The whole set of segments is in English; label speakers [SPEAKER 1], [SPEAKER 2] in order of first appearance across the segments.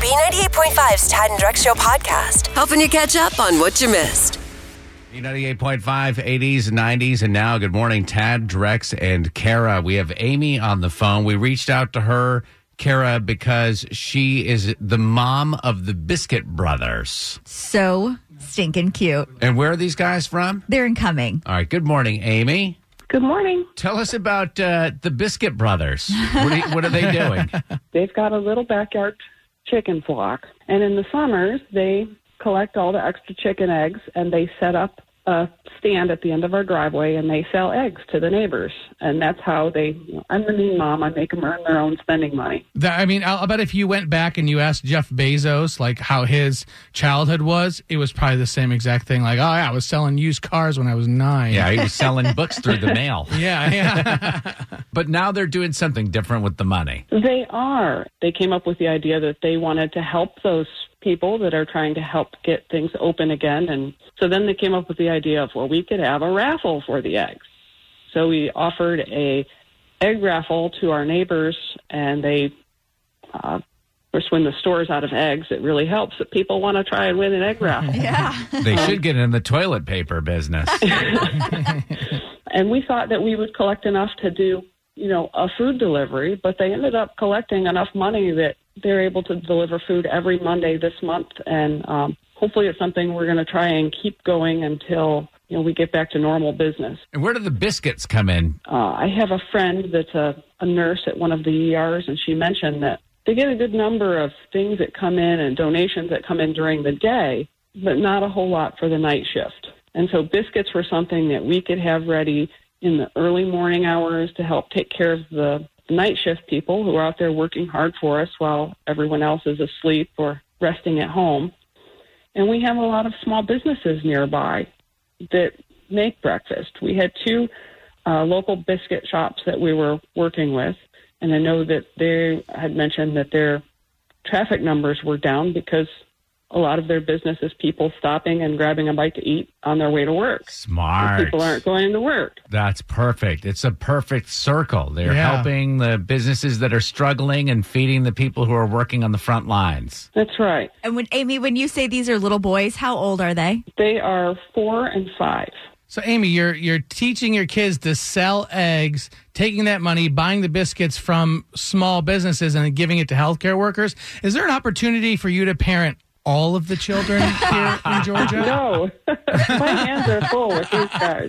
[SPEAKER 1] B98.5's Tad and Drex Show podcast, helping you catch up on what you missed.
[SPEAKER 2] B98.5, 80s, 90s, and now. Good morning, Tad, Drex, and Kara. We have Amy on the phone. We reached out to her, Kara, because she is the mom of the Biscuit Brothers.
[SPEAKER 3] so stinking cute.
[SPEAKER 2] And where are these guys from?
[SPEAKER 3] They're incoming.
[SPEAKER 2] All right. Good morning, Amy.
[SPEAKER 4] Good morning.
[SPEAKER 2] Tell us about uh, the Biscuit Brothers. What are, what are they doing?
[SPEAKER 4] They've got a little backyard chicken flock, and in the summers they collect all the extra chicken eggs and they set up a stand at the end of our driveway and they sell eggs to the neighbors. And that's how they. You know, I'm the mean mom. I make them earn their own spending money.
[SPEAKER 5] That, I mean, I'll, I bet if you went back and you asked Jeff Bezos like how his childhood was, it was probably the same exact thing. Like, oh yeah, I was selling used cars when I was nine.
[SPEAKER 2] Yeah, he was selling books through the mail.
[SPEAKER 5] yeah, yeah.
[SPEAKER 2] But now they're doing something different with the money.
[SPEAKER 4] They are. They came up with the idea that they wanted to help those people that are trying to help get things open again. And so then they came up with the idea of, well, we could have a raffle for the eggs. So we offered a egg raffle to our neighbors, and they, uh, of course, when the store's out of eggs, it really helps that people want to try and win an egg raffle.
[SPEAKER 3] Yeah.
[SPEAKER 2] They should get in the toilet paper business.
[SPEAKER 4] and we thought that we would collect enough to do you know a food delivery but they ended up collecting enough money that they're able to deliver food every monday this month and um, hopefully it's something we're going to try and keep going until you know we get back to normal business
[SPEAKER 2] And where do the biscuits come in?
[SPEAKER 4] uh, i have a friend that's a, a nurse at one of the ers and she mentioned that they get a good number of things that come in and donations that come in during the day but not a whole lot for the night shift. And so biscuits were something that we could have ready in the early morning hours to help take care of the night shift people who are out there working hard for us while everyone else is asleep or resting at home. And we have a lot of small businesses nearby that make breakfast. We had two uh, local biscuit shops that we were working with, and I know that they had mentioned that their traffic numbers were down because a lot of their business is people stopping and grabbing a bite to eat on their way to work.
[SPEAKER 2] Smart.
[SPEAKER 4] People aren't going to work.
[SPEAKER 2] That's perfect. It's a perfect circle. They're
[SPEAKER 5] Yeah.
[SPEAKER 2] helping the businesses that are struggling and feeding the people who are working on the front lines.
[SPEAKER 4] That's right.
[SPEAKER 3] And when Amy, when you say these are little boys, how old are they?
[SPEAKER 4] They are four and five.
[SPEAKER 5] So Amy, you're you're teaching your kids to sell eggs, taking that money, buying the biscuits from small businesses, and then giving it to healthcare workers. Is there an opportunity for you to parent all of the children here in Georgia?
[SPEAKER 4] No, my hands are full with these guys.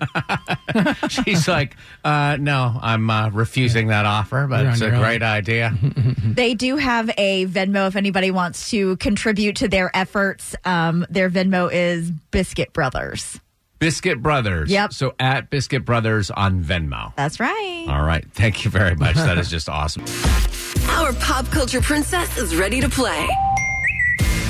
[SPEAKER 2] She's like, uh, no, I'm uh, refusing that offer, but
[SPEAKER 5] You're on
[SPEAKER 2] it's a
[SPEAKER 5] your own.
[SPEAKER 2] great idea.
[SPEAKER 5] Mm-hmm.
[SPEAKER 3] They do have a Venmo if anybody wants to contribute to their efforts. Um, their Venmo is Biscuit Brothers.
[SPEAKER 2] Biscuit Brothers.
[SPEAKER 3] Yep.
[SPEAKER 2] So at Biscuit Brothers on Venmo.
[SPEAKER 3] That's right.
[SPEAKER 2] All right. Thank you very much. That is just awesome.
[SPEAKER 1] Our pop culture princess is ready to play.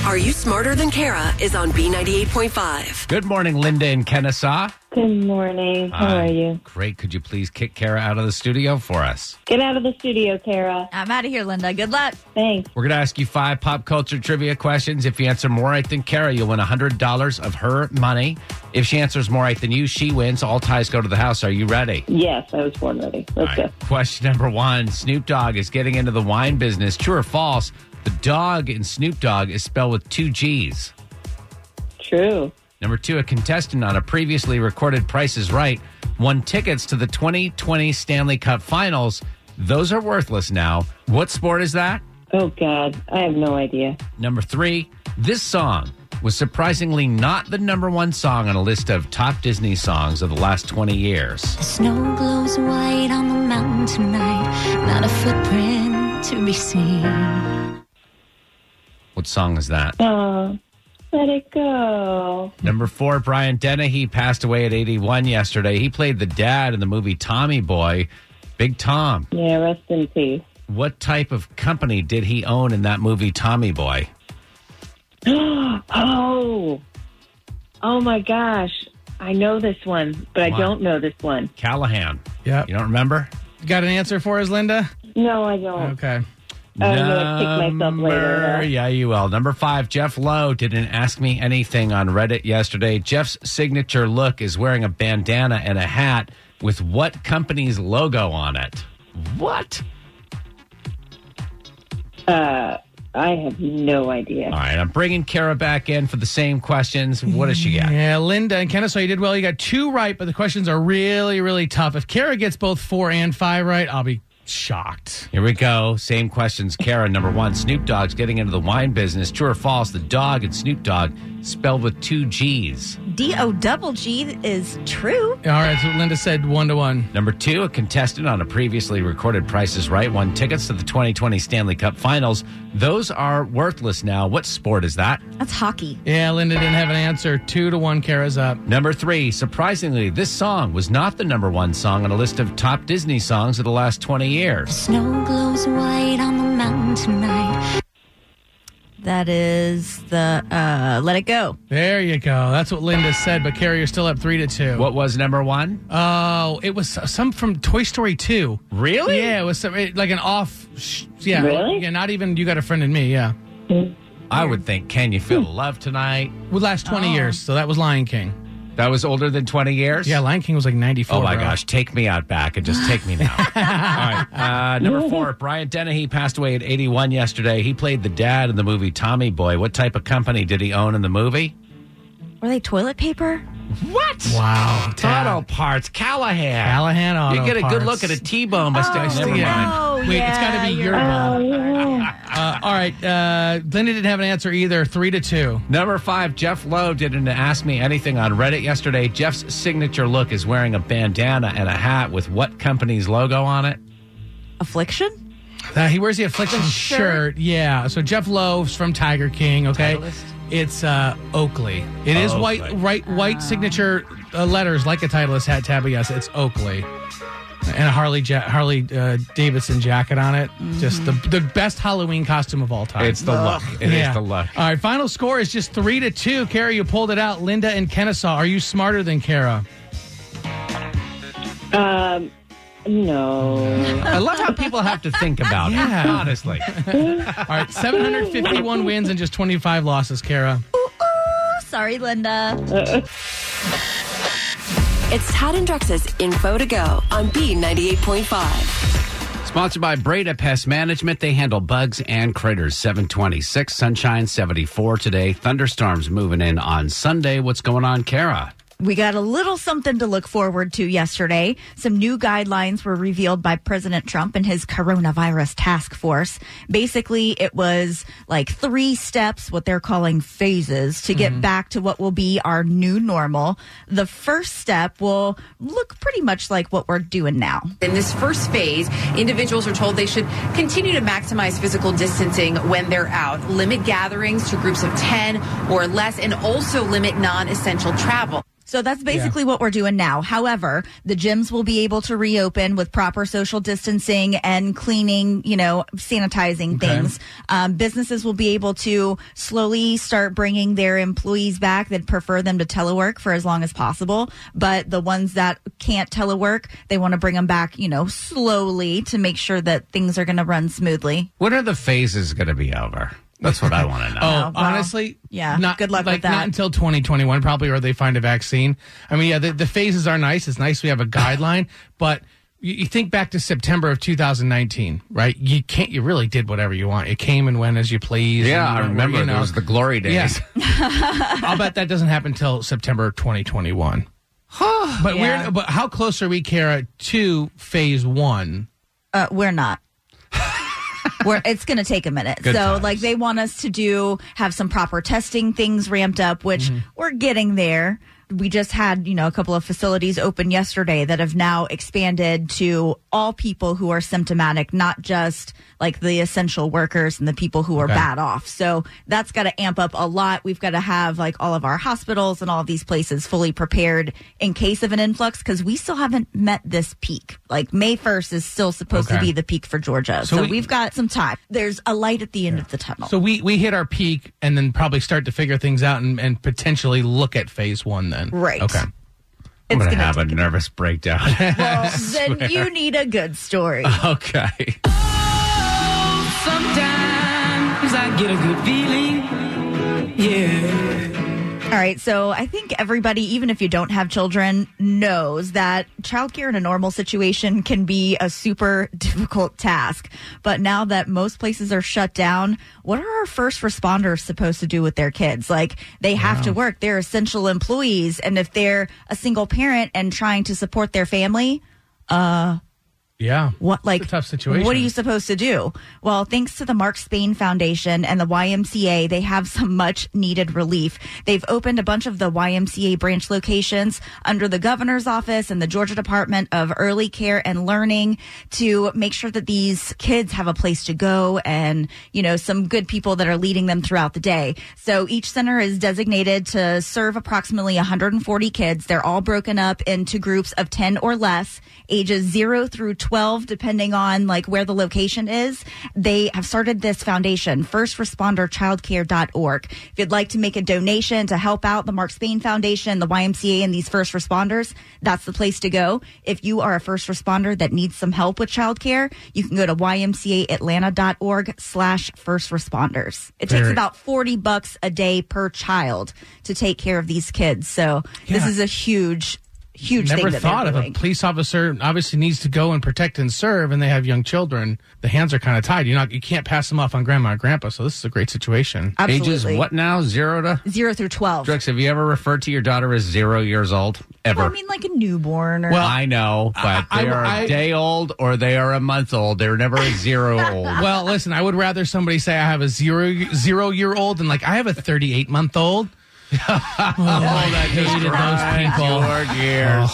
[SPEAKER 1] Are You Smarter Than Kara is on B98.5.
[SPEAKER 2] Good morning, Linda and Kennesaw.
[SPEAKER 6] Good morning. How
[SPEAKER 2] Hi.
[SPEAKER 6] are you?
[SPEAKER 2] Great. Could you please kick Kara out of the studio for us?
[SPEAKER 6] Get out of the studio, Kara.
[SPEAKER 3] I'm out of here, Linda. Good luck.
[SPEAKER 6] Thanks.
[SPEAKER 2] We're going to ask you five pop culture trivia questions. If you answer more right than Kara, you'll win $100 of her money. If she answers more right than you, she wins. All ties go to the house. Are you ready?
[SPEAKER 6] Yes, I was born ready.
[SPEAKER 2] All
[SPEAKER 6] Let's
[SPEAKER 2] right.
[SPEAKER 6] go.
[SPEAKER 2] Question number one Snoop Dogg is getting into the wine business. True or false? The dog in Snoop Dogg is spelled with two G's.
[SPEAKER 6] True.
[SPEAKER 2] Number two, a contestant on a previously recorded Price is Right won tickets to the 2020 Stanley Cup Finals. Those are worthless now. What sport is that?
[SPEAKER 6] Oh, God. I have no idea.
[SPEAKER 2] Number three, this song was surprisingly not the number one song on a list of top Disney songs of the last 20 years.
[SPEAKER 7] The snow glows white on the mountain tonight, not a footprint to be seen.
[SPEAKER 2] What song is that?
[SPEAKER 6] Oh, let it go.
[SPEAKER 2] Number four, Brian Dennehy passed away at 81 yesterday. He played the dad in the movie Tommy Boy. Big Tom.
[SPEAKER 6] Yeah, rest in peace.
[SPEAKER 2] What type of company did he own in that movie Tommy Boy?
[SPEAKER 6] Oh. Oh, my gosh. I know this one, but
[SPEAKER 2] Wow.
[SPEAKER 6] I don't know this one.
[SPEAKER 2] Callahan.
[SPEAKER 5] Yep.
[SPEAKER 2] You don't remember?
[SPEAKER 5] Got an answer for us, Linda?
[SPEAKER 6] No, I don't.
[SPEAKER 5] Okay.
[SPEAKER 6] I don't know. I kicked myself later.
[SPEAKER 2] Number- Yeah, you will. Number five, Jeff Lowe didn't ask me anything on Reddit yesterday. Jeff's signature look is wearing a bandana and a hat with what company's logo on it? What?
[SPEAKER 6] I have no idea.
[SPEAKER 2] All right, I'm bringing Kara back in for the same questions. What does she got?
[SPEAKER 5] Yeah, Linda and Kennesaw, you did well. You got two right, but the questions are really, really tough. If Kara gets both four and five right, I'll be shocked.
[SPEAKER 2] Here we go. Same questions. Kara, number one Snoop Dogg's getting into the wine business. True or false? The dog and Snoop Dogg spelled with two G's.
[SPEAKER 3] D O double G is true.
[SPEAKER 5] All right, so Linda said one to one.
[SPEAKER 2] Number two, a contestant on a previously recorded Price is Right won tickets to the 2020 Stanley Cup Finals. Those are worthless now. What sport is that?
[SPEAKER 3] That's hockey.
[SPEAKER 5] Yeah, Linda didn't have an answer. Two to one, Kara's up.
[SPEAKER 2] Number three, surprisingly, this song was not the number one song on a list of top Disney songs of the last 20 years.
[SPEAKER 7] Snow glows white on the mountain tonight.
[SPEAKER 3] That is the uh, Let It Go.
[SPEAKER 5] There you go. That's what Linda said, but Kara, you're still up three to two.
[SPEAKER 2] What was number one?
[SPEAKER 5] Oh, it was some from Toy Story 2.
[SPEAKER 2] Really?
[SPEAKER 5] Yeah, it was some, it, like an off. Sh- yeah,
[SPEAKER 6] Really?
[SPEAKER 5] yeah. Not even you got a friend in me. Yeah,
[SPEAKER 2] I would think Can You Feel the Love Tonight?
[SPEAKER 5] would last twenty years. So that was Lion King.
[SPEAKER 2] That was older than 20 years?
[SPEAKER 5] Yeah, Lion King was like ninety four.
[SPEAKER 2] Oh my gosh, take me out back and just take me now. All right. Uh, number four, Brian Dennehy passed away at 81 yesterday. He played the dad in the movie Tommy Boy. What type of company did he own in the movie?
[SPEAKER 3] Were they toilet paper?
[SPEAKER 2] What?
[SPEAKER 5] Wow, Tad.
[SPEAKER 2] Auto Parts, Callahan.
[SPEAKER 5] Callahan Auto
[SPEAKER 2] You get a good look
[SPEAKER 5] Parts.
[SPEAKER 2] at a T-bone mistake.
[SPEAKER 3] Oh,
[SPEAKER 2] Never
[SPEAKER 5] no.
[SPEAKER 2] mind.
[SPEAKER 5] Wait, it's got to be your ball. Uh, all right, uh, Linda didn't have an answer either. Three to two.
[SPEAKER 2] Number five, Jeff Lowe did an Ask Me Anything on Reddit yesterday. Jeff's signature look is wearing a bandana and a hat with what company's logo on it?
[SPEAKER 3] Affliction?
[SPEAKER 5] Uh, he wears the affliction shirt. Yeah. So Jeff Lowe's from Tiger King. Okay. It's uh, Oakley. It is white,
[SPEAKER 2] Oakley.
[SPEAKER 5] right, white signature uh, letters like a Titleist hat tab. But yes, it's Oakley, and a Harley ja- Harley uh, Davidson jacket on it. Just the the best Halloween costume of all time.
[SPEAKER 2] It's the look. It is the look.
[SPEAKER 5] All right, final score is just three to two. Kara, you pulled it out. Linda and Kennesaw, are you smarter than Kara?
[SPEAKER 6] Um, no.
[SPEAKER 2] I love how people have to think about it,
[SPEAKER 5] Yeah.
[SPEAKER 2] honestly.
[SPEAKER 5] All right, 751 wins and just 25 losses, Kara.
[SPEAKER 3] Oh, sorry, Linda.
[SPEAKER 1] It's Tad and Drex's info to go on B98.5.
[SPEAKER 2] Sponsored by Breda Pest Management, they handle bugs and critters. 726, sunshine 74 today. Thunderstorms moving in on Sunday. What's going on, Kara?
[SPEAKER 3] We got a little something to look forward to yesterday. Some new guidelines were revealed by President Trump and his coronavirus task force. Basically, it was like three steps, what they're calling phases, to get back to what will be our new normal. The first step will look pretty much like what we're doing now.
[SPEAKER 8] In this first phase, individuals are told they should continue to maximize physical distancing when they're out, limit gatherings to groups of 10 or less, and also limit non essential travel.
[SPEAKER 3] So that's basically what we're doing now. However, the gyms will be able to reopen with proper social distancing and cleaning, you know, sanitizing things. Um, businesses will be able to slowly start bringing their employees back that prefer them to telework for as long as possible. But the ones that can't telework, they want to bring them back, you know, slowly to make sure that things are going to run smoothly.
[SPEAKER 2] When are the phases going to be over? That's what I want to know.
[SPEAKER 5] Oh,
[SPEAKER 3] well,
[SPEAKER 5] honestly,
[SPEAKER 3] yeah,
[SPEAKER 5] Not,
[SPEAKER 3] good luck with
[SPEAKER 5] like, Not
[SPEAKER 3] that.
[SPEAKER 5] until 2021, probably, or they find a vaccine. I mean, yeah, the, the phases are nice. It's nice we have a guideline, but you, you think back to September of 2019, right? You can't. You really did whatever you want. It came and went as you please.
[SPEAKER 2] yeah, I
[SPEAKER 5] and you went where,
[SPEAKER 2] remember
[SPEAKER 5] you know.
[SPEAKER 2] those the glory
[SPEAKER 5] Yeah.
[SPEAKER 2] days.
[SPEAKER 5] I'll bet that doesn't happen until September 2021.
[SPEAKER 3] Yeah.
[SPEAKER 5] but we're but how close are we, Kara, to phase one?
[SPEAKER 3] Uh, we're not. we're, it's going to take a minute.
[SPEAKER 2] Good
[SPEAKER 3] so,
[SPEAKER 2] times.
[SPEAKER 3] like, they want us to do have some proper testing things ramped up, which
[SPEAKER 2] Mm-hmm.
[SPEAKER 3] we're getting there. We just had, you know, a couple of facilities open yesterday that have now expanded to all people who are symptomatic, not just like the essential workers and the people who are bad off. So that's got to amp up a lot. We've got to have like all of our hospitals and all of these places fully prepared in case of an influx because we still haven't met this peak. Like May 1st is still supposed to
[SPEAKER 5] Okay.
[SPEAKER 3] be the peak for Georgia.
[SPEAKER 5] So
[SPEAKER 3] So,
[SPEAKER 5] we-
[SPEAKER 3] we, have got some time. There's a light at the end of the tunnel.
[SPEAKER 5] So we we hit our peak and then probably start to figure things out and, and potentially look at phase one then.
[SPEAKER 3] Right.
[SPEAKER 5] Okay.
[SPEAKER 2] I'm
[SPEAKER 3] It's
[SPEAKER 2] going to
[SPEAKER 3] gonna
[SPEAKER 2] have a nervous breakdown.
[SPEAKER 3] well, then you need a good story.
[SPEAKER 2] okay.
[SPEAKER 9] Sometimes I get a good feeling, yeah.
[SPEAKER 3] All right, so I think everybody, even if you don't have children, knows that childcare in a normal situation can be a super difficult task. But now that most places are shut down, what are our first responders supposed to do with their kids? Like, they have to work, they're essential employees. And if they're a single parent and trying to support their family,
[SPEAKER 5] Yeah.
[SPEAKER 3] what like
[SPEAKER 5] a tough situation.
[SPEAKER 3] What are you supposed to do? Well, thanks to the Mark Spain Foundation and the YMCA, they have some much needed relief. They've opened a bunch of the YMCA branch locations under the governor's office and the Georgia Department of Early Care and Learning to make sure that these kids have a place to go and, you know, some good people that are leading them throughout the day. So each center is designated to serve approximately 140 kids. They're all broken up into groups of 10 or less, ages 0 through 12 depending on like where the location is. They have started this foundation, firstresponderchildcare.org. If you'd like to make a donation to help out the Mark Spain Foundation, the YMCA and these first responders, that's the place to go. If you are a first responder that needs some help with childcare, you can go to ymcaatlanta.org slash first responders. It takes
[SPEAKER 5] Very-
[SPEAKER 3] about 40 bucks a day per child to take care of these kids. So this
[SPEAKER 5] Yeah.
[SPEAKER 3] is a huge, huge
[SPEAKER 5] Never
[SPEAKER 3] thing that
[SPEAKER 5] thought
[SPEAKER 3] they're
[SPEAKER 5] of
[SPEAKER 3] doing.
[SPEAKER 5] a police officer obviously needs to go and protect and serve, and they have young children. The hands are kind of tied. You're not, you can't pass them off on grandma and grandpa. So this is a great situation.
[SPEAKER 3] Absolutely.
[SPEAKER 2] Ages what now? Zero to.
[SPEAKER 3] Zero through 12.
[SPEAKER 2] Drex, have you ever referred to your daughter as zero years old? Ever?
[SPEAKER 3] Well, I mean, like a newborn or.
[SPEAKER 2] Well, I know, but
[SPEAKER 5] I-
[SPEAKER 2] they are
[SPEAKER 5] I-
[SPEAKER 2] a day old or they are a month old. They're never a zero old.
[SPEAKER 5] Well, listen, I would rather somebody say I have a zero zero year old than like I have a 38 month old. oh, I hated those people.
[SPEAKER 2] Your gears.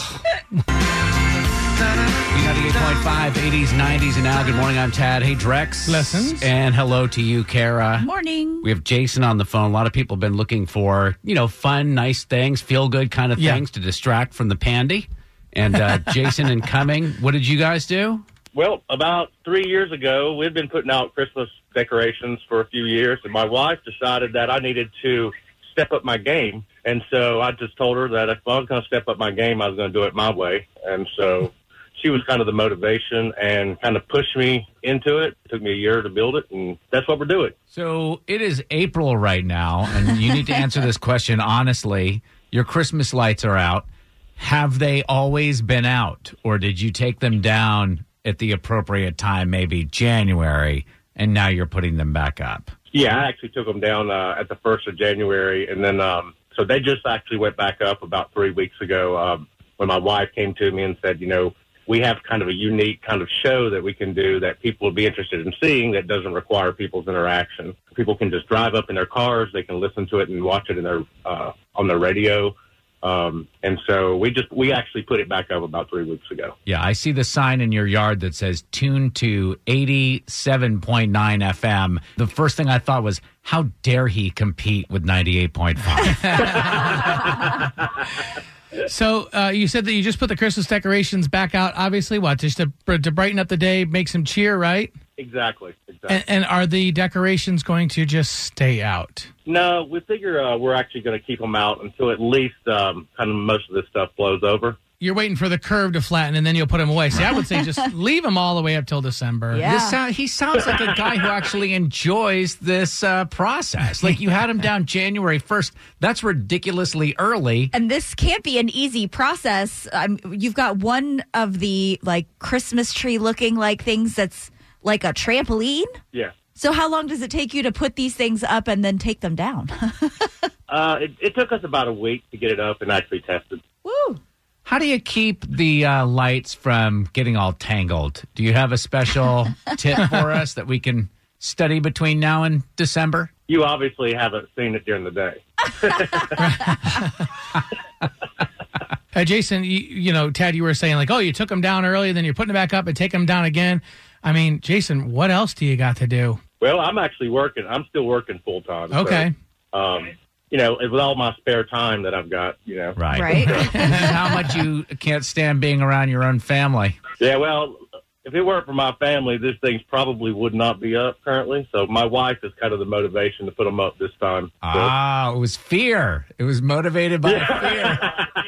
[SPEAKER 2] 98.5, 80s, 90s, and now. Good morning. I'm Tad. Hey, Drex.
[SPEAKER 5] Lessons.
[SPEAKER 2] And hello to you, Kara.
[SPEAKER 3] Morning.
[SPEAKER 2] We have Jason on the phone. A lot of people have been looking for, you know, fun, nice things, feel good kind of
[SPEAKER 5] Yeah.
[SPEAKER 2] things to distract from the pandy. And uh, Jason and Cumming, what did you guys do?
[SPEAKER 9] Well, about three years ago, we'd been putting out Christmas decorations for a few years, and my wife decided that I needed to step up my game. And so I just told her that if I was going to step up my game, I was going to do it my way. And so she was kind of the motivation and kind of pushed me into it. It took me a year to build it, and that's what we're doing.
[SPEAKER 2] So it is April right now, and you need to answer this question honestly. Your Christmas lights are out. Have they always been out, or did you take them down at the appropriate time, maybe January, and now you're putting them back up?
[SPEAKER 9] Yeah, I actually took them down uh, at the first of January, and then um, so they just actually went back up about three weeks ago um, when my wife came to me and said, you know, we have kind of a unique kind of show that we can do that people would be interested in seeing that doesn't require people's interaction. People can just drive up in their cars, they can listen to it and watch it in their uh, on their radio, um, and so we just we actually put it back up about three weeks ago.
[SPEAKER 2] Yeah, I see the sign in your yard that says tune to 87.9 FM. The first thing I thought was, how dare he compete with 98.5?
[SPEAKER 5] So uh, you said that you just put the Christmas decorations back out. Obviously, what just to, to brighten up the day, make some cheer, right?
[SPEAKER 9] Exactly. Exactly.
[SPEAKER 5] And, and are the decorations going to just stay out?
[SPEAKER 9] No, we figure uh, we're actually going to keep them out until at least um, kind of most of this stuff blows over.
[SPEAKER 5] You're waiting for the curve to flatten, and then you'll put them away. See, I would say just leave them all the way up till December.
[SPEAKER 3] Yeah.
[SPEAKER 2] This sound, he sounds like a guy who actually enjoys this uh, process. Like you had him down January 1st. That's ridiculously early.
[SPEAKER 3] and this can't be an easy process. Um, you've got one of the like Christmas tree looking like things that's like a trampoline.
[SPEAKER 9] Yeah.
[SPEAKER 3] So how long does it take you to put these things up and then take them down?
[SPEAKER 9] Uh, it, it took us about a week to get it up and actually tested.
[SPEAKER 3] Woo!
[SPEAKER 2] How do you keep the uh, lights from getting all tangled? Do you have a special tip for us that we can study between now and December?
[SPEAKER 9] You obviously haven't seen it during the day.
[SPEAKER 5] Uh, Jason, you, you know, Tad, you were saying like, oh, you took them down early, then you're putting them back up and take them down again. I mean, Jason, what else do you got to do?
[SPEAKER 9] Well, I'm actually working. I'm still working full time. so,
[SPEAKER 5] Okay.
[SPEAKER 9] um, you know, with all my spare time that I've got, you know.
[SPEAKER 2] Right.
[SPEAKER 3] Right?
[SPEAKER 2] This is how much you can't stand being around your own family.
[SPEAKER 9] Yeah, well, if it weren't for my family, this thing probably would not be up currently. So my wife is kind of the motivation to put them up this time.
[SPEAKER 2] Ah, it was fear. It was motivated by fear.
[SPEAKER 9] So,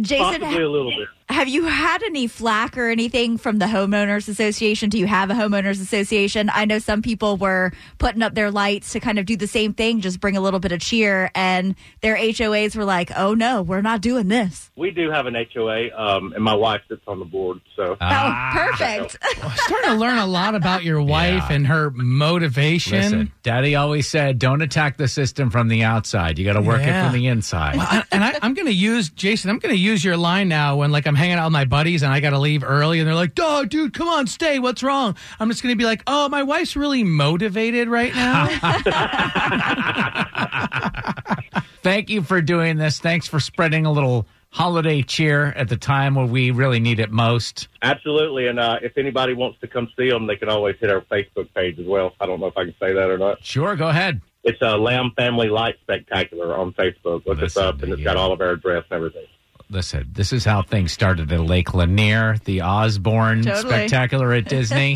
[SPEAKER 3] Jason,
[SPEAKER 9] possibly a little bit.
[SPEAKER 3] Have you had any flack or anything from the homeowners association? Do you have a homeowners association? I know some people were putting up their lights to kind of do the same thing, just bring a little bit of cheer, and their HOAs were like, "Oh no, we're not doing this."
[SPEAKER 9] We do have an HOA, um, and my wife sits on the board. So
[SPEAKER 2] Ah.
[SPEAKER 3] oh, perfect.
[SPEAKER 5] I'm starting to learn a lot about your wife and her motivation.
[SPEAKER 2] Listen, Daddy always said, "Don't attack the system from the outside. You got to work it
[SPEAKER 5] Yeah.
[SPEAKER 2] from the inside."
[SPEAKER 5] Well, I- and I, I'm going to use Jason. I'm going to use your line now when like I'm hanging out with my buddies and I got to leave early, and they're like, "Oh, dude, come on, stay. What's wrong?" I'm just going to be like, "Oh, my wife's really motivated right now."
[SPEAKER 2] Thank you for doing this. Thanks for spreading a little holiday cheer at the time where we really need it most.
[SPEAKER 9] absolutely, and uh, if anybody wants to come see them, they can always hit our Facebook page as well. I don't know if I can say that or not.
[SPEAKER 2] Sure, go ahead.
[SPEAKER 9] It's a Lamb Family Light Spectacular on Facebook. Look us
[SPEAKER 2] Listen
[SPEAKER 9] up,
[SPEAKER 2] to
[SPEAKER 9] and it's
[SPEAKER 2] you.
[SPEAKER 9] got all of our address and everything.
[SPEAKER 2] Listen, this is how things started at Lake Lanier, the Osborne
[SPEAKER 3] Totally.
[SPEAKER 2] spectacular at Disney.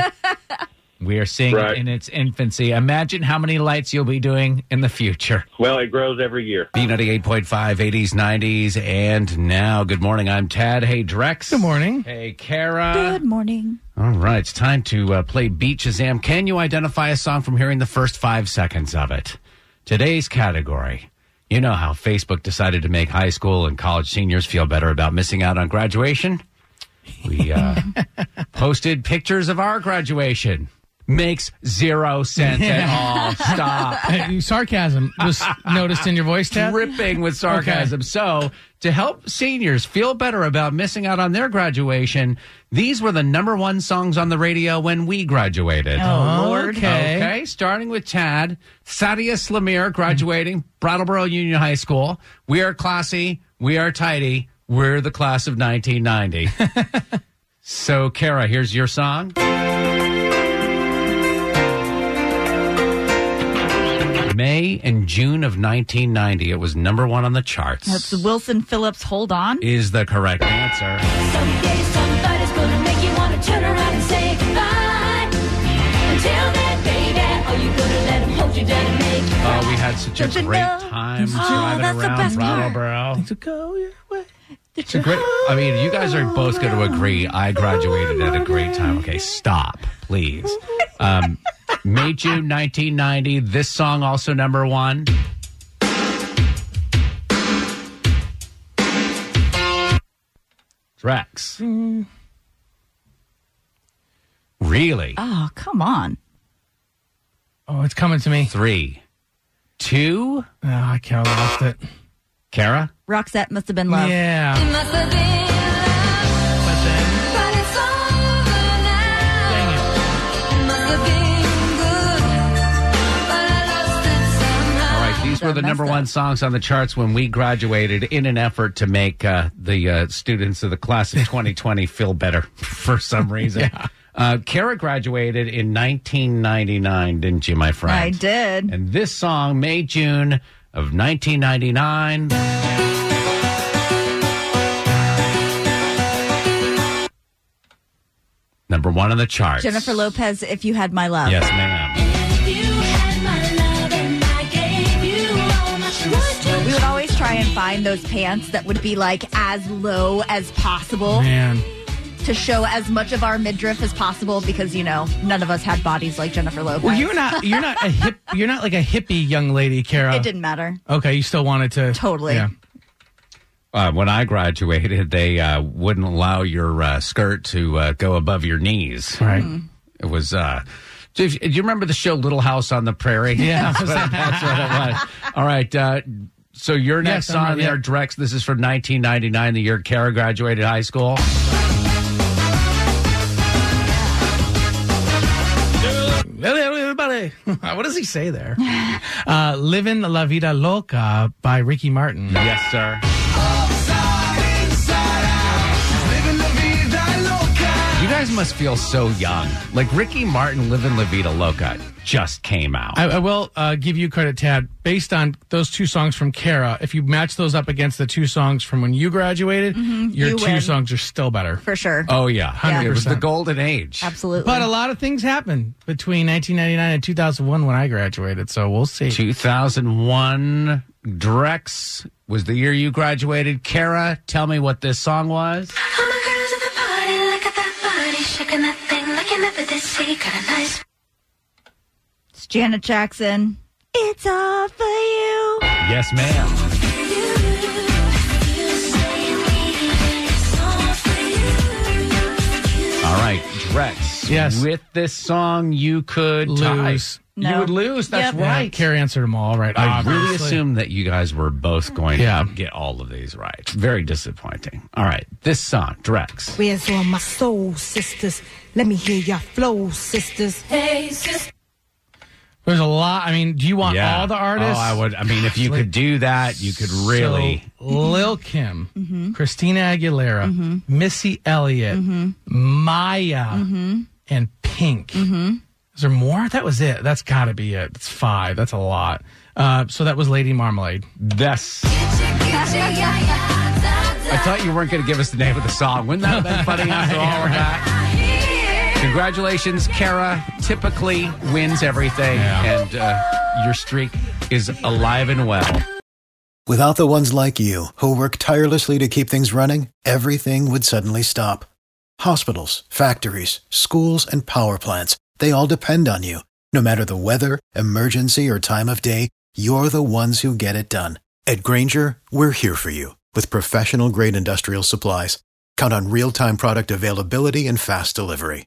[SPEAKER 2] we are seeing
[SPEAKER 9] Right.
[SPEAKER 2] it in its infancy. Imagine how many lights you'll be doing in the future.
[SPEAKER 9] Well, it grows every year.
[SPEAKER 2] B98.5, 80s, 90s, and now. Good morning. I'm Tad. Hey, Drex.
[SPEAKER 5] Good morning.
[SPEAKER 2] Hey, Kara.
[SPEAKER 3] Good morning.
[SPEAKER 2] All right, it's time to uh, play Beat Shazam. Can you identify a song from hearing the first five seconds of it? Today's category. You know how Facebook decided to make high school and college seniors feel better about missing out on graduation? We uh, posted pictures of our graduation. Makes zero sense at all. Stop
[SPEAKER 5] Hey, Sarcasm was noticed in your voice, Tab.
[SPEAKER 2] dripping with sarcasm. So, to help seniors feel better about missing out on their graduation, these were the number one songs on the radio when we graduated.
[SPEAKER 3] Oh, Lord.
[SPEAKER 5] Okay.
[SPEAKER 2] Okay, starting with Tad, Thaddeus Lemire graduating Brattleboro Union High School. We are classy, we are tidy, we're the class of 1990. so, Kara, here's your song. May and June of 1990, it was number one on the charts.
[SPEAKER 3] That's Wilson Phillips. Hold on.
[SPEAKER 2] is the correct answer.
[SPEAKER 7] Someday somebody's gonna make you wanna turn around and say goodbye. Until then, baby, are you gonna let 'em hold you down and make you
[SPEAKER 2] Oh, we had such a
[SPEAKER 3] Did you
[SPEAKER 2] great
[SPEAKER 3] know?
[SPEAKER 2] time
[SPEAKER 3] Did you-
[SPEAKER 2] driving
[SPEAKER 3] Oh, that's the
[SPEAKER 2] around
[SPEAKER 3] best part.
[SPEAKER 2] Brattleboro.
[SPEAKER 5] To go your way.
[SPEAKER 2] It's a great. I mean, you guys are both going to agree. I graduated at a great time. Okay, stop, please. Um, May June 1990. This song also number one. Rex. Really?
[SPEAKER 3] Oh, come on.
[SPEAKER 5] Oh, it's coming to me.
[SPEAKER 2] Three, two.
[SPEAKER 5] Oh, I kind of lost it.
[SPEAKER 2] Kara.
[SPEAKER 3] Roxette must have been
[SPEAKER 2] Uh,
[SPEAKER 3] love.
[SPEAKER 5] Yeah.
[SPEAKER 7] It must have been love,
[SPEAKER 5] But then,
[SPEAKER 7] but it's over now.
[SPEAKER 5] dang it.
[SPEAKER 7] It must have been good, but I lost it somehow.
[SPEAKER 2] All right, these were the
[SPEAKER 3] messed
[SPEAKER 2] number
[SPEAKER 3] up.
[SPEAKER 2] one songs on the charts when we graduated in an effort to make uh, the uh, students of the class of 2020 feel better for some reason. uh, Kara graduated in 1999, didn't you, my friend?
[SPEAKER 3] I did.
[SPEAKER 2] And this song, May, June of 1999. Number one on the charts.
[SPEAKER 3] Jennifer Lopez, if you had my love.
[SPEAKER 2] Yes, ma'am.
[SPEAKER 7] If you had my love and I gave you all my trust, would
[SPEAKER 3] We would always try and find those pants that would be like as low as possible
[SPEAKER 5] Man.
[SPEAKER 3] to show as much of our midriff as possible because you know none of us had bodies like Jennifer Lopez.
[SPEAKER 5] Well, you're not. You're not a hip. You're not like a hippie young lady, Kara.
[SPEAKER 3] it didn't matter.
[SPEAKER 5] Okay, you still wanted to.
[SPEAKER 3] Totally.
[SPEAKER 5] Yeah.
[SPEAKER 2] Uh, when I graduated, they uh, wouldn't allow your uh, skirt to uh, go above your knees.
[SPEAKER 5] Right.
[SPEAKER 2] It was. Uh, do you, do you remember the show Little House on the Prairie?
[SPEAKER 5] Yeah.
[SPEAKER 2] that's, what, that's what it was. All right. Uh, so your next
[SPEAKER 5] Yes, I'm
[SPEAKER 2] song
[SPEAKER 5] right, yeah.
[SPEAKER 2] there, Drex. This is from 1999, the year Kara graduated high school.
[SPEAKER 5] Hello, everybody. what does he say there? uh, Living La Vida Loca by Ricky Martin.
[SPEAKER 2] Yes, sir. You guys must feel so young. Like Ricky Martin, Livin' La Vida Loca just came out.
[SPEAKER 5] I, I will uh, give you credit, Tad. Based on those two songs from Kara, if you match those up against the two songs from when you graduated, your
[SPEAKER 3] Mm-hmm. you
[SPEAKER 5] two
[SPEAKER 3] win.
[SPEAKER 5] songs are still better.
[SPEAKER 3] for sure.
[SPEAKER 2] oh yeah, it was the
[SPEAKER 5] 100%.
[SPEAKER 2] golden age.
[SPEAKER 3] Absolutely.
[SPEAKER 5] But uh, a lot of things happened between 1999 and 2001 when I graduated, so we'll see.
[SPEAKER 2] 2001 Drex was the year you graduated. Kara, tell me what this song was.
[SPEAKER 7] All my girls at the party, look at that body, shaking that thing like you never did see. Got a nice
[SPEAKER 3] it's Janet Jackson. It's all for you.
[SPEAKER 2] Yes, ma'am. All right, Drex.
[SPEAKER 5] Yes.
[SPEAKER 2] With this song, you could tie.
[SPEAKER 5] Lose.
[SPEAKER 3] No.
[SPEAKER 2] You would lose. That's
[SPEAKER 3] Yep.
[SPEAKER 5] Yeah,
[SPEAKER 2] right.
[SPEAKER 5] Carrie answered them all right.
[SPEAKER 2] I really
[SPEAKER 5] obviously.
[SPEAKER 2] assumed that you guys were both going
[SPEAKER 5] Yeah.
[SPEAKER 2] to get all of these right. Very disappointing. All right, this song, Drex.
[SPEAKER 10] Where's all my soul, sisters? Let me hear your flow, sisters.
[SPEAKER 5] There's a lot. I mean, do you want all the artists?
[SPEAKER 2] Oh, I would. I mean, if you could do that, you could really.
[SPEAKER 5] So, Lil Kim, Christina Aguilera, Missy Elliott, Maya, and Pink. Is there more? That was it. That's got to be it. That's five. That's a lot. Uh, so that was Lady Marmalade.
[SPEAKER 2] This. I thought you weren't going to give us the name of the song. Wouldn't that have been funny after all of that? Congratulations, Kara. Typically wins everything, and uh, your streak is alive and well.
[SPEAKER 11] Without the ones like you, who work tirelessly to keep things running, everything would suddenly stop. Hospitals, factories, schools, and power plants, they all depend on you. No matter the weather, emergency, or time of day, you're the ones who get it done. At Granger, we're here for you with professional grade industrial supplies. Count on real time product availability and fast delivery.